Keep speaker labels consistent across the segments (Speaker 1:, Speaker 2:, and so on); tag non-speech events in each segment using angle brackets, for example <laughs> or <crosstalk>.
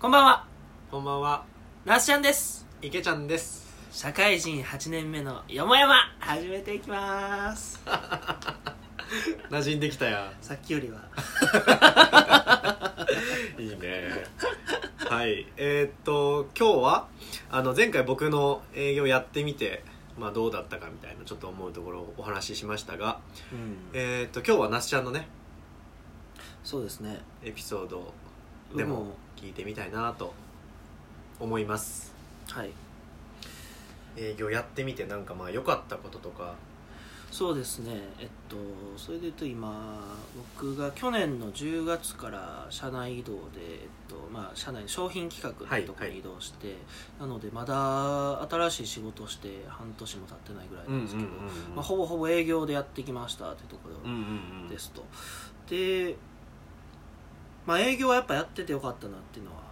Speaker 1: こんばんは、
Speaker 2: こんばんは、
Speaker 1: なすちゃんです。
Speaker 2: いけちゃんです。
Speaker 1: 社会人8年目のよもやま、始めていきます。
Speaker 2: 馴染んできたや。
Speaker 1: さっきよりは。
Speaker 2: いいね。はい。えーっと、今日は、あの、前回僕の営業やってみて、まあどうだったかみたいな、ちょっと思うところをお話ししましたが、
Speaker 1: うん。
Speaker 2: えーっと、今日はなすちゃんのね、
Speaker 1: そうですね。
Speaker 2: エピソードをでも聞いてみたいなと思います。
Speaker 1: はい。
Speaker 2: 営業やってみてなんかまあ良かったこととか、
Speaker 1: そうですね。えっと、それで言うと今、僕が去年の10月から社内移動で、えっと、まあ、社内の商品企画のところに移動して、なのでまだ新しい仕事をして半年も経ってないぐらいなんですけど、まあ、ほぼほぼ営業でやってきましたってところで
Speaker 2: うんうんうん
Speaker 1: ですとで、まあ、営業はやっぱやっててよかったなっていうのは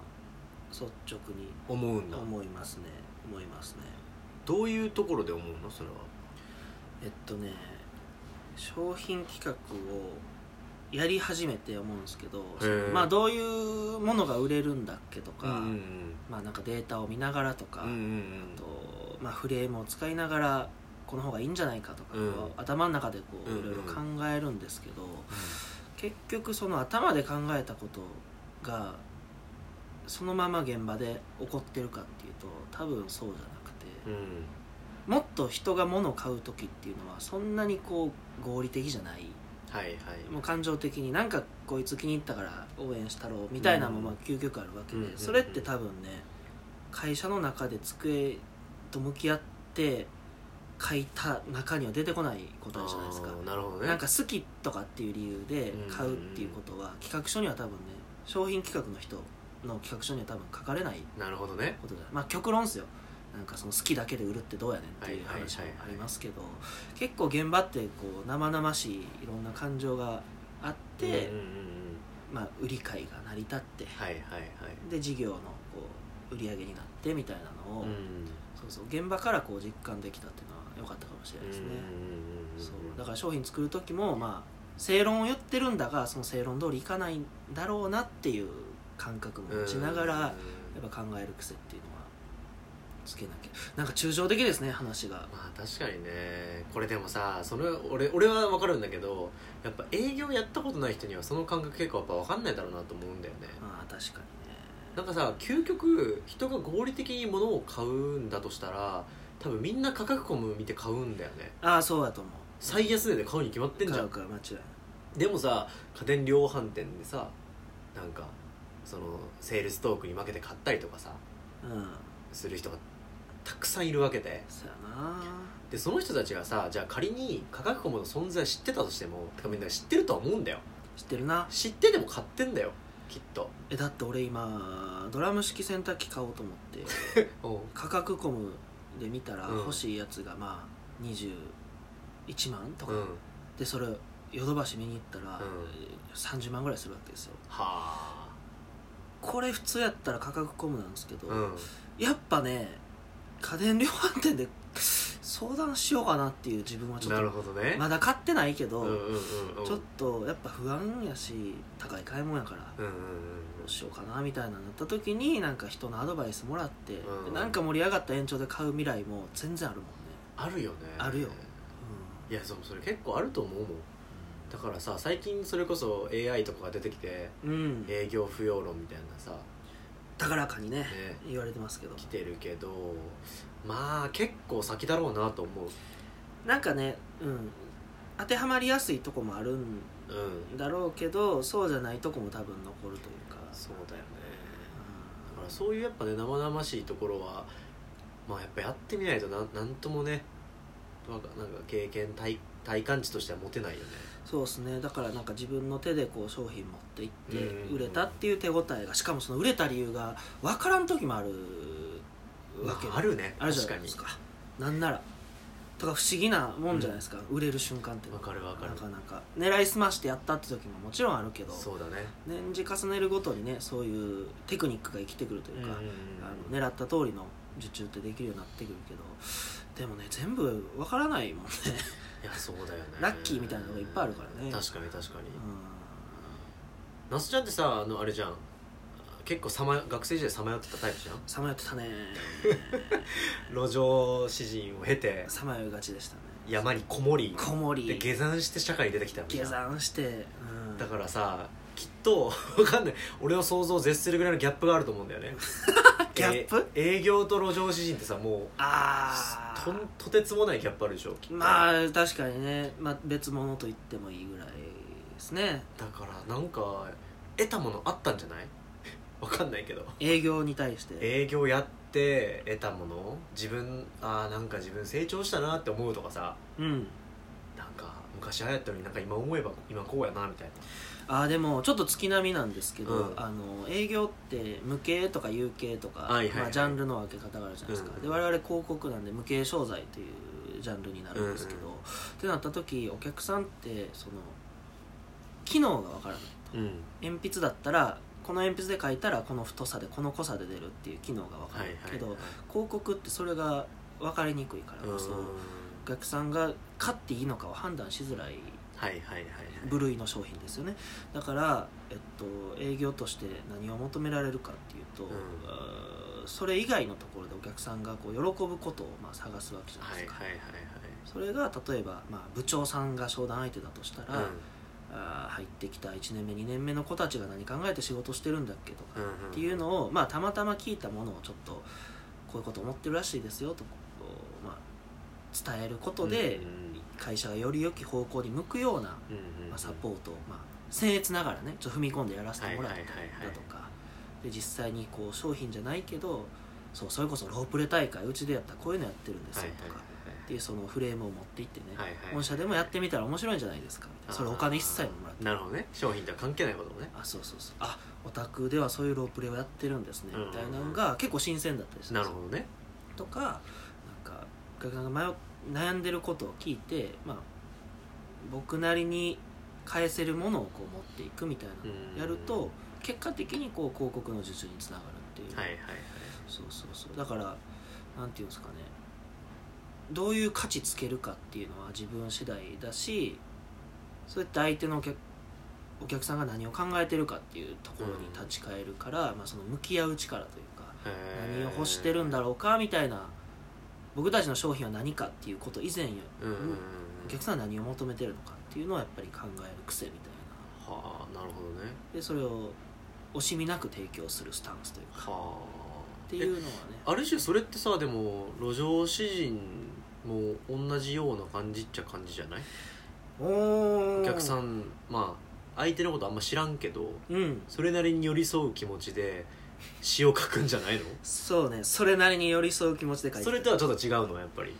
Speaker 1: 率直に
Speaker 2: 思うんだ。
Speaker 1: 思いますね思いますね
Speaker 2: どういうところで思うのそれは。
Speaker 1: えっとね商品企画をやり始めて思うんですけど
Speaker 2: へー
Speaker 1: まあどういうものが売れるんだっけとか、
Speaker 2: うんうん
Speaker 1: まあなんかデータを見ながらとか、
Speaker 2: うんうんうん
Speaker 1: とまあ、フレームを使いながらこの方がいいんじゃないかとか、
Speaker 2: うん
Speaker 1: 頭の中でこう
Speaker 2: うんうん
Speaker 1: いろいろ考えるんですけど、結局その頭で考えたことがそのまま現場で起こってるかっていうと多分そうじゃなくて、
Speaker 2: うん
Speaker 1: もっと人が物を買う時っていうのはそんなにこう合理的じゃない
Speaker 2: はいはい
Speaker 1: もう感情的になんかこいつ気に入ったから応援したろうみたいなのも
Speaker 2: うん
Speaker 1: まあ究極あるわけ
Speaker 2: うんうんう
Speaker 1: で
Speaker 2: ん
Speaker 1: それって多分ね会社の中で机と向き合って書いた中には出てこない答えじゃないですか
Speaker 2: あーなるほどね
Speaker 1: なんか好きとかっていう理由で買うっていうことは企画書には多分ね商品企画の人の企画書には多分書かれない
Speaker 2: なるほどね
Speaker 1: ことじゃないまあ極論っすよなんかその好きだけで売るってどうやねんっていう
Speaker 2: はいはいはい
Speaker 1: 話もありますけど結構現場ってこう生々しいいろんな感情があって、
Speaker 2: うんうんうんうん
Speaker 1: まあ、売り買いが成り立って
Speaker 2: はいはいはい
Speaker 1: で事業のこう売り上げになってみたいなのを、
Speaker 2: ん
Speaker 1: そうそう現場からこう実感できたっていうのは良かったかもしれないですね、そうだから商品作る時もまあ正論を言ってるんだがその正論通りいかないんだろうなっていう感覚も持ちながら、やっぱ考える癖っていうのはつけなきゃなんか抽象的ですね話が
Speaker 2: まあ確かにねこれでもさそれ俺俺は分かるんだけどやっぱ営業やったことない人にはその感覚結構やっぱ分かんないだろうなと思うんだよね
Speaker 1: まあ確かにね
Speaker 2: なんかさ究極人が合理的に物を買うんだとしたら多分みんな価格コム見て買うんだよね
Speaker 1: ああそうだと思う
Speaker 2: 最安値で買うに決まってんじゃ
Speaker 1: 買
Speaker 2: ん
Speaker 1: うから間違いない
Speaker 2: でもさ家電量販店でさなんかそのセールストークに負けて買ったりとかさ
Speaker 1: うん
Speaker 2: する人がたくさんいるわけで
Speaker 1: そうやな
Speaker 2: でその人たちがさじゃあ仮に価格コムの存在知ってたとしてもてかみんな知ってるとは思うんだよ
Speaker 1: 知ってるな
Speaker 2: 知ってでも買ってんだよきっと
Speaker 1: えだって俺今ドラム式洗濯機買おうと思って
Speaker 2: うん
Speaker 1: 価格コムで見たら
Speaker 2: うん
Speaker 1: 欲しいやつがまあ21万とか、
Speaker 2: うんは
Speaker 1: でそれヨドバシ見に行ったら、
Speaker 2: うん
Speaker 1: 30万ぐらいするわけですよ
Speaker 2: あ
Speaker 1: これ普通やったら価格コムなんですけど、
Speaker 2: うん
Speaker 1: やっぱね家電量販店で <sniffs> 相談しようかなっていう自分はちょっ
Speaker 2: なる
Speaker 1: と
Speaker 2: ほどね、
Speaker 1: まだ買ってないけど、
Speaker 2: うんうんうんうん
Speaker 1: ちょっとやっぱ不安やし高い買い物やから
Speaker 2: うんうん
Speaker 1: どうしようかなみたいなのになった時になんか人のアドバイスもらって、
Speaker 2: うん
Speaker 1: でなんか盛り上がった延長で買う未来も全然あるもんね、
Speaker 2: あるよね
Speaker 1: あるよ
Speaker 2: いやそうそれ結構あると思うもんだからさ最近それこそ AI とかが出てきて
Speaker 1: うん、うん
Speaker 2: 営業不要論みたいなさ
Speaker 1: 高らかにね
Speaker 2: ね
Speaker 1: 言われてますけど
Speaker 2: 来てるけどまあ結構先だろうなと思う
Speaker 1: なんかね、うん、当てはまりやすいとこもあるん
Speaker 2: うん
Speaker 1: だろうけどそうじゃないとこも多分残るというか、
Speaker 2: そうだよねだ
Speaker 1: う
Speaker 2: からそういうやっぱね生々しいところはまあやっぱやってみないとなんなんともねなんかなんか経験体体感値としては持てないよね
Speaker 1: んそうですねだからなんか自分の手でこう商品持っていって
Speaker 2: うんうんうん
Speaker 1: 売れたっていう手応えがしかもその売れた理由が分からん時もあるわけ
Speaker 2: まああるね
Speaker 1: あるじゃ
Speaker 2: 確
Speaker 1: ない
Speaker 2: か
Speaker 1: で
Speaker 2: に
Speaker 1: すかなんならとか不思議なもんじゃないですか、売れる瞬間って
Speaker 2: わかるわかる
Speaker 1: なかなか狙いすましてやったって時ももちろんあるけど
Speaker 2: そうだね
Speaker 1: 年次重ねるごとにねそういうテクニックが生きてくるというか、あの狙った通りの受注ってできるようになってくるけどでもね全部わからないもんね
Speaker 2: いやそうだよね
Speaker 1: ラッキーみたいなのがいっぱいあるからね
Speaker 2: 確かに確かに
Speaker 1: う
Speaker 2: 那須ちゃんってさあのあれじゃん結構さま学生時代さまよってたタイプじゃん
Speaker 1: さまよって
Speaker 2: <laughs>
Speaker 1: たね
Speaker 2: 路上詩人を経て
Speaker 1: さまよいがちでしたね
Speaker 2: 山にこもり
Speaker 1: こも
Speaker 2: で
Speaker 1: り
Speaker 2: 下山して社会に出てきたわけじ
Speaker 1: 下
Speaker 2: ゃん
Speaker 1: 山して、うん、
Speaker 2: だからさきっとわかんない俺の想像を絶するぐらいのギャップがあると思うんだ <laughs> よね
Speaker 1: ギャップ
Speaker 2: えー営業と路上詩人ってさもう
Speaker 1: ああ
Speaker 2: とんとてつもないギャップあるでしょきっと
Speaker 1: まあ確かにね、まあ、別物と言ってもいいぐらいですね
Speaker 2: だからなんか得たものあったんじゃない <laughs> わかんないけど
Speaker 1: 営業に対して
Speaker 2: 営業やって得たもの自分あーなんか自分成長したなって思うとかさ
Speaker 1: うん
Speaker 2: なんか昔流行ったのになんか今思えば今こうやなみたいな
Speaker 1: あーでもちょっと月並みなんですけど、
Speaker 2: うん
Speaker 1: あの営業って無形とか有形とか、
Speaker 2: はいはいはい
Speaker 1: まあ、ジャンルの分け方があるじゃないですか、
Speaker 2: うん
Speaker 1: で我々広告なんで無形商材というジャンルになるんですけど、
Speaker 2: うん
Speaker 1: ってなった時お客さんってその機能が分からない
Speaker 2: うん
Speaker 1: 鉛筆だったらこの鉛筆で書いたらこの太さでこの濃さで出るっていう機能が分か
Speaker 2: はい
Speaker 1: る
Speaker 2: はい
Speaker 1: けど、
Speaker 2: はい
Speaker 1: 広告ってそれが分かりにくいから
Speaker 2: うん
Speaker 1: こそ、お客さんが買っていいのかを判断しづらい
Speaker 2: はいはいはいはい
Speaker 1: 部類の商品ですよねだから、えっと、営業として何を求められるかっていうと、
Speaker 2: ん
Speaker 1: あーそれ以外のところでお客さんがこう喜ぶことをまあ探すわけじゃない
Speaker 2: は
Speaker 1: で
Speaker 2: い
Speaker 1: すか、
Speaker 2: はい
Speaker 1: それが例えば、まあ、部長さんが商談相手だとした
Speaker 2: はい
Speaker 1: ら、
Speaker 2: はい
Speaker 1: あー入ってきた1年目2年目の子たちが何考えて仕事してるんだっけとか、
Speaker 2: うん
Speaker 1: っていう
Speaker 2: を
Speaker 1: のを、まあ、たまたま聞いたものをちょっとこういうこと思ってるらしいですよとこう、まあ、伝えることで会社がより良き方向に向くような、まあ、サポートを、まあ、僭越ながらねちょっと踏み込んでやらせてもらったり
Speaker 2: はいはいはいはい
Speaker 1: だとかで実際にこう商品じゃないけどそうそれこそロープレ大会うちでやったらこういうのやってるんですよとかっていうそのフレームを持っていってね
Speaker 2: はいはい
Speaker 1: 本社でもやってみたら面白いんじゃないですかみたいなそれお金一切もらって
Speaker 2: なるほどね商品とは関係ないこともね
Speaker 1: あそうそうそうあオタクではそういうロープレをやってるんですね
Speaker 2: うん
Speaker 1: みたいなのが結構新鮮だったりするん
Speaker 2: な
Speaker 1: で
Speaker 2: る
Speaker 1: すよ
Speaker 2: ほどね
Speaker 1: とかなんかお客さんが迷っ悩んでることを聞いて、まあ、僕なりに返せるものをこう持っていくみたいなのをやる
Speaker 2: うん
Speaker 1: と結果的にこう広告の受注につながるっていう、
Speaker 2: はいはい
Speaker 1: そうそうそうだからなんていうんですかねどういう価値つけるかっていうのは自分次第だしそうやって相手のお客お客さんが何を考えてるかっていうところに立ち返るから、まあ、その向き合う力というか
Speaker 2: はい
Speaker 1: 何を欲してるんだろうかみたいな僕たちの商品は何かっていうこと以前より
Speaker 2: うんうんうん
Speaker 1: お客さんは何を求めてるのかっていうのはやっぱり考える癖みたいな
Speaker 2: はあなるほどね
Speaker 1: でそれを惜しみなく提供するスタンスというか
Speaker 2: はあ
Speaker 1: っていうのはね
Speaker 2: ある種それってさでも路上詩人も同じような感じっちゃ感じじゃない
Speaker 1: お
Speaker 2: お客さ
Speaker 1: ん
Speaker 2: んまあ相手のことあんま知らんけど
Speaker 1: うん
Speaker 2: それなりに寄り添う気持ちで詩を書くんじゃないの
Speaker 1: そうねそれなりに寄り添う気持ちで書いてる
Speaker 2: それとはちょっと違うのやっぱり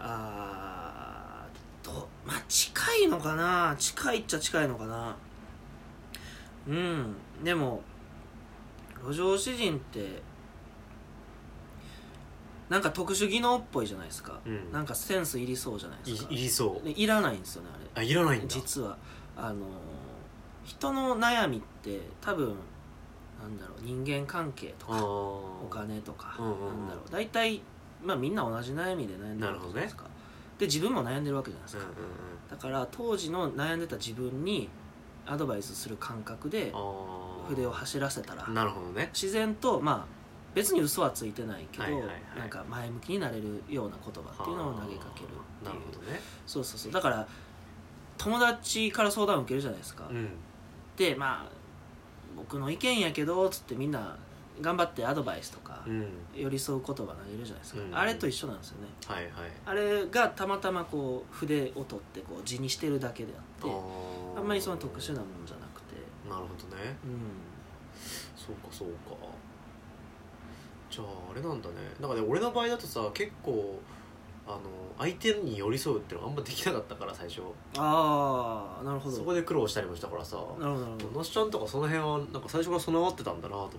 Speaker 1: あーとまあ近いのかな近いっちゃ近いのかなうんでも路上詩人ってなんか特殊技能っぽいじゃないですか、
Speaker 2: うん
Speaker 1: なんかセンスいりそうじゃない
Speaker 2: い
Speaker 1: ですか
Speaker 2: いりそう
Speaker 1: でいらないんですよねあれ
Speaker 2: あいらないんだ
Speaker 1: 実はあのー人の悩みって多分なんだろう人間関係と
Speaker 2: あ
Speaker 1: か
Speaker 2: お
Speaker 1: お金とか、
Speaker 2: うんうんうん
Speaker 1: なんだろう大体、まあ、みんな同じ悩みで悩んでるわけじゃないですか、で自分も悩んでるわけじゃないです
Speaker 2: うん
Speaker 1: か、
Speaker 2: うんうん
Speaker 1: だから当時の悩んでた自分にアドバイスする感覚で
Speaker 2: あー
Speaker 1: 筆を走らせたら
Speaker 2: なるほどね
Speaker 1: 自然とまあ別に嘘はついてないけど、
Speaker 2: はいはいはい
Speaker 1: なんか前向きになれるような言葉っていうのを投げかける
Speaker 2: あーなる
Speaker 1: って
Speaker 2: ほ
Speaker 1: いう
Speaker 2: どね
Speaker 1: そうそうそうだから友達から相談を受けるじゃないですか、
Speaker 2: うん
Speaker 1: でまあ僕の意見やけどつってみんな頑張ってアドバイスとか、
Speaker 2: うん
Speaker 1: 寄り添う言葉投げるじゃないですか、
Speaker 2: うん
Speaker 1: あれと一緒なんですよね
Speaker 2: はいはい
Speaker 1: あれがたまたまこう筆を取ってこう字にしてるだけであ
Speaker 2: あ
Speaker 1: って
Speaker 2: ー
Speaker 1: あんまりその特殊なものじゃなくて
Speaker 2: なるほどね
Speaker 1: う
Speaker 2: そうかそうかじゃああれなんだねだからね俺の場合だとさ結構あの相手に寄り添うってのがあんまできなかったから最初
Speaker 1: んああなるほど
Speaker 2: そこで苦労したりもしたからさ
Speaker 1: なるほどなるほど
Speaker 2: のしちゃんとかその辺はなんか最初から備わってたんだなと思って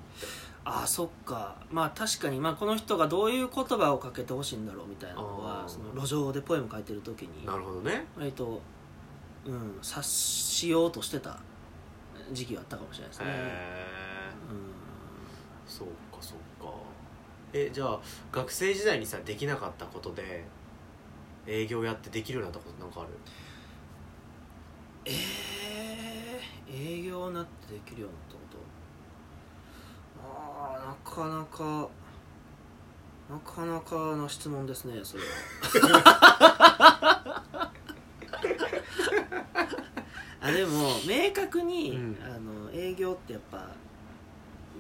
Speaker 1: ああそっかまあ確かに、まあ、この人がどういう言葉をかけてほしいんだろうみたいなの
Speaker 2: あ
Speaker 1: は
Speaker 2: ー
Speaker 1: その路上でポエム書いてる時に
Speaker 2: なるほどね
Speaker 1: 割と、うん、察しようとしてた時期はあったかもしれないですね、
Speaker 2: へえ
Speaker 1: うん
Speaker 2: そうかそうかえじゃあ学生時代にさできなかったことで営業やってできるようになったことなんかある
Speaker 1: えー、営業になってできるようになったことかなかなかなかな質問ですねそれは
Speaker 2: <laughs>
Speaker 1: あでも明確に、
Speaker 2: うん
Speaker 1: あの営業ってやっぱ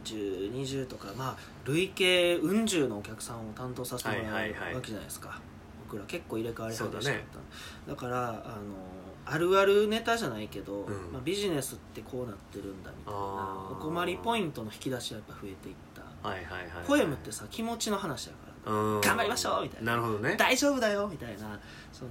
Speaker 1: 1020とかまあ累計うん十のお客さんを担当させてもらう
Speaker 2: はいはいはい
Speaker 1: わけじゃないですか、僕ら結構入れ替わり激しかった
Speaker 2: そうだ
Speaker 1: だ,、
Speaker 2: ね
Speaker 1: からあのあるあるネタじゃないけど、
Speaker 2: うん
Speaker 1: まあ、ビジネスってこうなってるんだみたいな
Speaker 2: あー
Speaker 1: お困りポイントの引き出しはやっぱ増えていった
Speaker 2: はいはいはい
Speaker 1: ポエムってさ気持ちの話だから
Speaker 2: 頑
Speaker 1: 頑張りましょうみたいな
Speaker 2: なるほどね
Speaker 1: 大丈夫だよみたいなその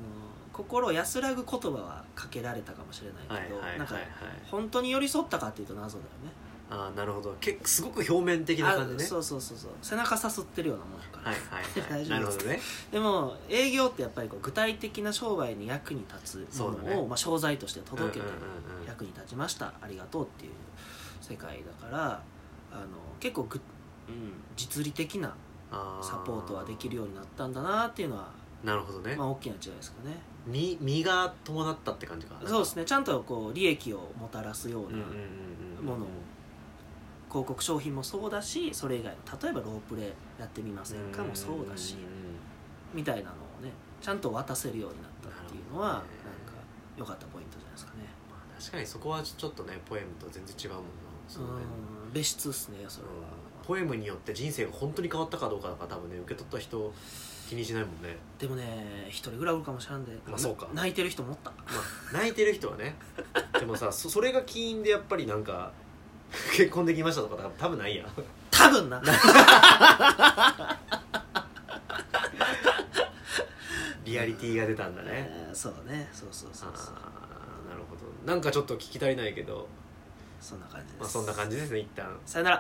Speaker 1: 心を安らぐ言葉はかけられたかもしれ
Speaker 2: は
Speaker 1: ないい
Speaker 2: は
Speaker 1: けど、
Speaker 2: いはい
Speaker 1: な
Speaker 2: は
Speaker 1: んか
Speaker 2: い
Speaker 1: 本当に寄り添ったかっていうと謎だよね
Speaker 2: ああなるほどけすごく表面的な感じ
Speaker 1: あ
Speaker 2: ね
Speaker 1: そうそうそうそう背中さすってるようなもんやから、
Speaker 2: はいはいは
Speaker 1: <laughs> 大
Speaker 2: い
Speaker 1: 丈
Speaker 2: なる
Speaker 1: 夫
Speaker 2: ほ
Speaker 1: です
Speaker 2: どね
Speaker 1: でも営業ってやっぱりこう具体的な商売に役に立つもの
Speaker 2: そ
Speaker 1: を、
Speaker 2: うだね
Speaker 1: まあ、商材として届けて
Speaker 2: うんうんうんうん
Speaker 1: 役に立ちましたありがとうっていう世界だからあの結構ぐ、うん、実利的な
Speaker 2: あ
Speaker 1: サポートはできるようになったんだなっていうのは
Speaker 2: なるほどね
Speaker 1: まあ、大きな違いですかね
Speaker 2: 身身が伴ったって感じかな
Speaker 1: そうですねちゃんとこう利益をもたらすよう
Speaker 2: うん
Speaker 1: な
Speaker 2: うんうん
Speaker 1: ものを広告商品もそうだしそれ以外の例えばロープレやってみませんかもそうだし
Speaker 2: んうん
Speaker 1: みたいなのをねちゃんと渡せるようになったっていうのは
Speaker 2: な
Speaker 1: なんか
Speaker 2: るほどね
Speaker 1: 良かったポイントじゃないですかね
Speaker 2: まあ確かにそこはちょっとねポエムと全然違うもんなその辺
Speaker 1: うん別室っすねそれは
Speaker 2: ポエムによって人生が本当に変わったかどうかだから多分ね受け取った人気にしないもんね、
Speaker 1: でもね一人ぐらいおるかもしれんで
Speaker 2: まあそうか
Speaker 1: な泣いてる人もおった
Speaker 2: まあ、泣いてる人はね <laughs> でもさそそれが起因でやっぱりなんか結婚できましたとか多分ないやん
Speaker 1: 多分な
Speaker 2: リアリティが出たんだね
Speaker 1: <laughs> えーそうねそうそうそうそう
Speaker 2: ああなるほどなんかちょっと聞き足りないけど、
Speaker 1: そんな感じです、
Speaker 2: まあ、そんな感じですね一旦
Speaker 1: さよなら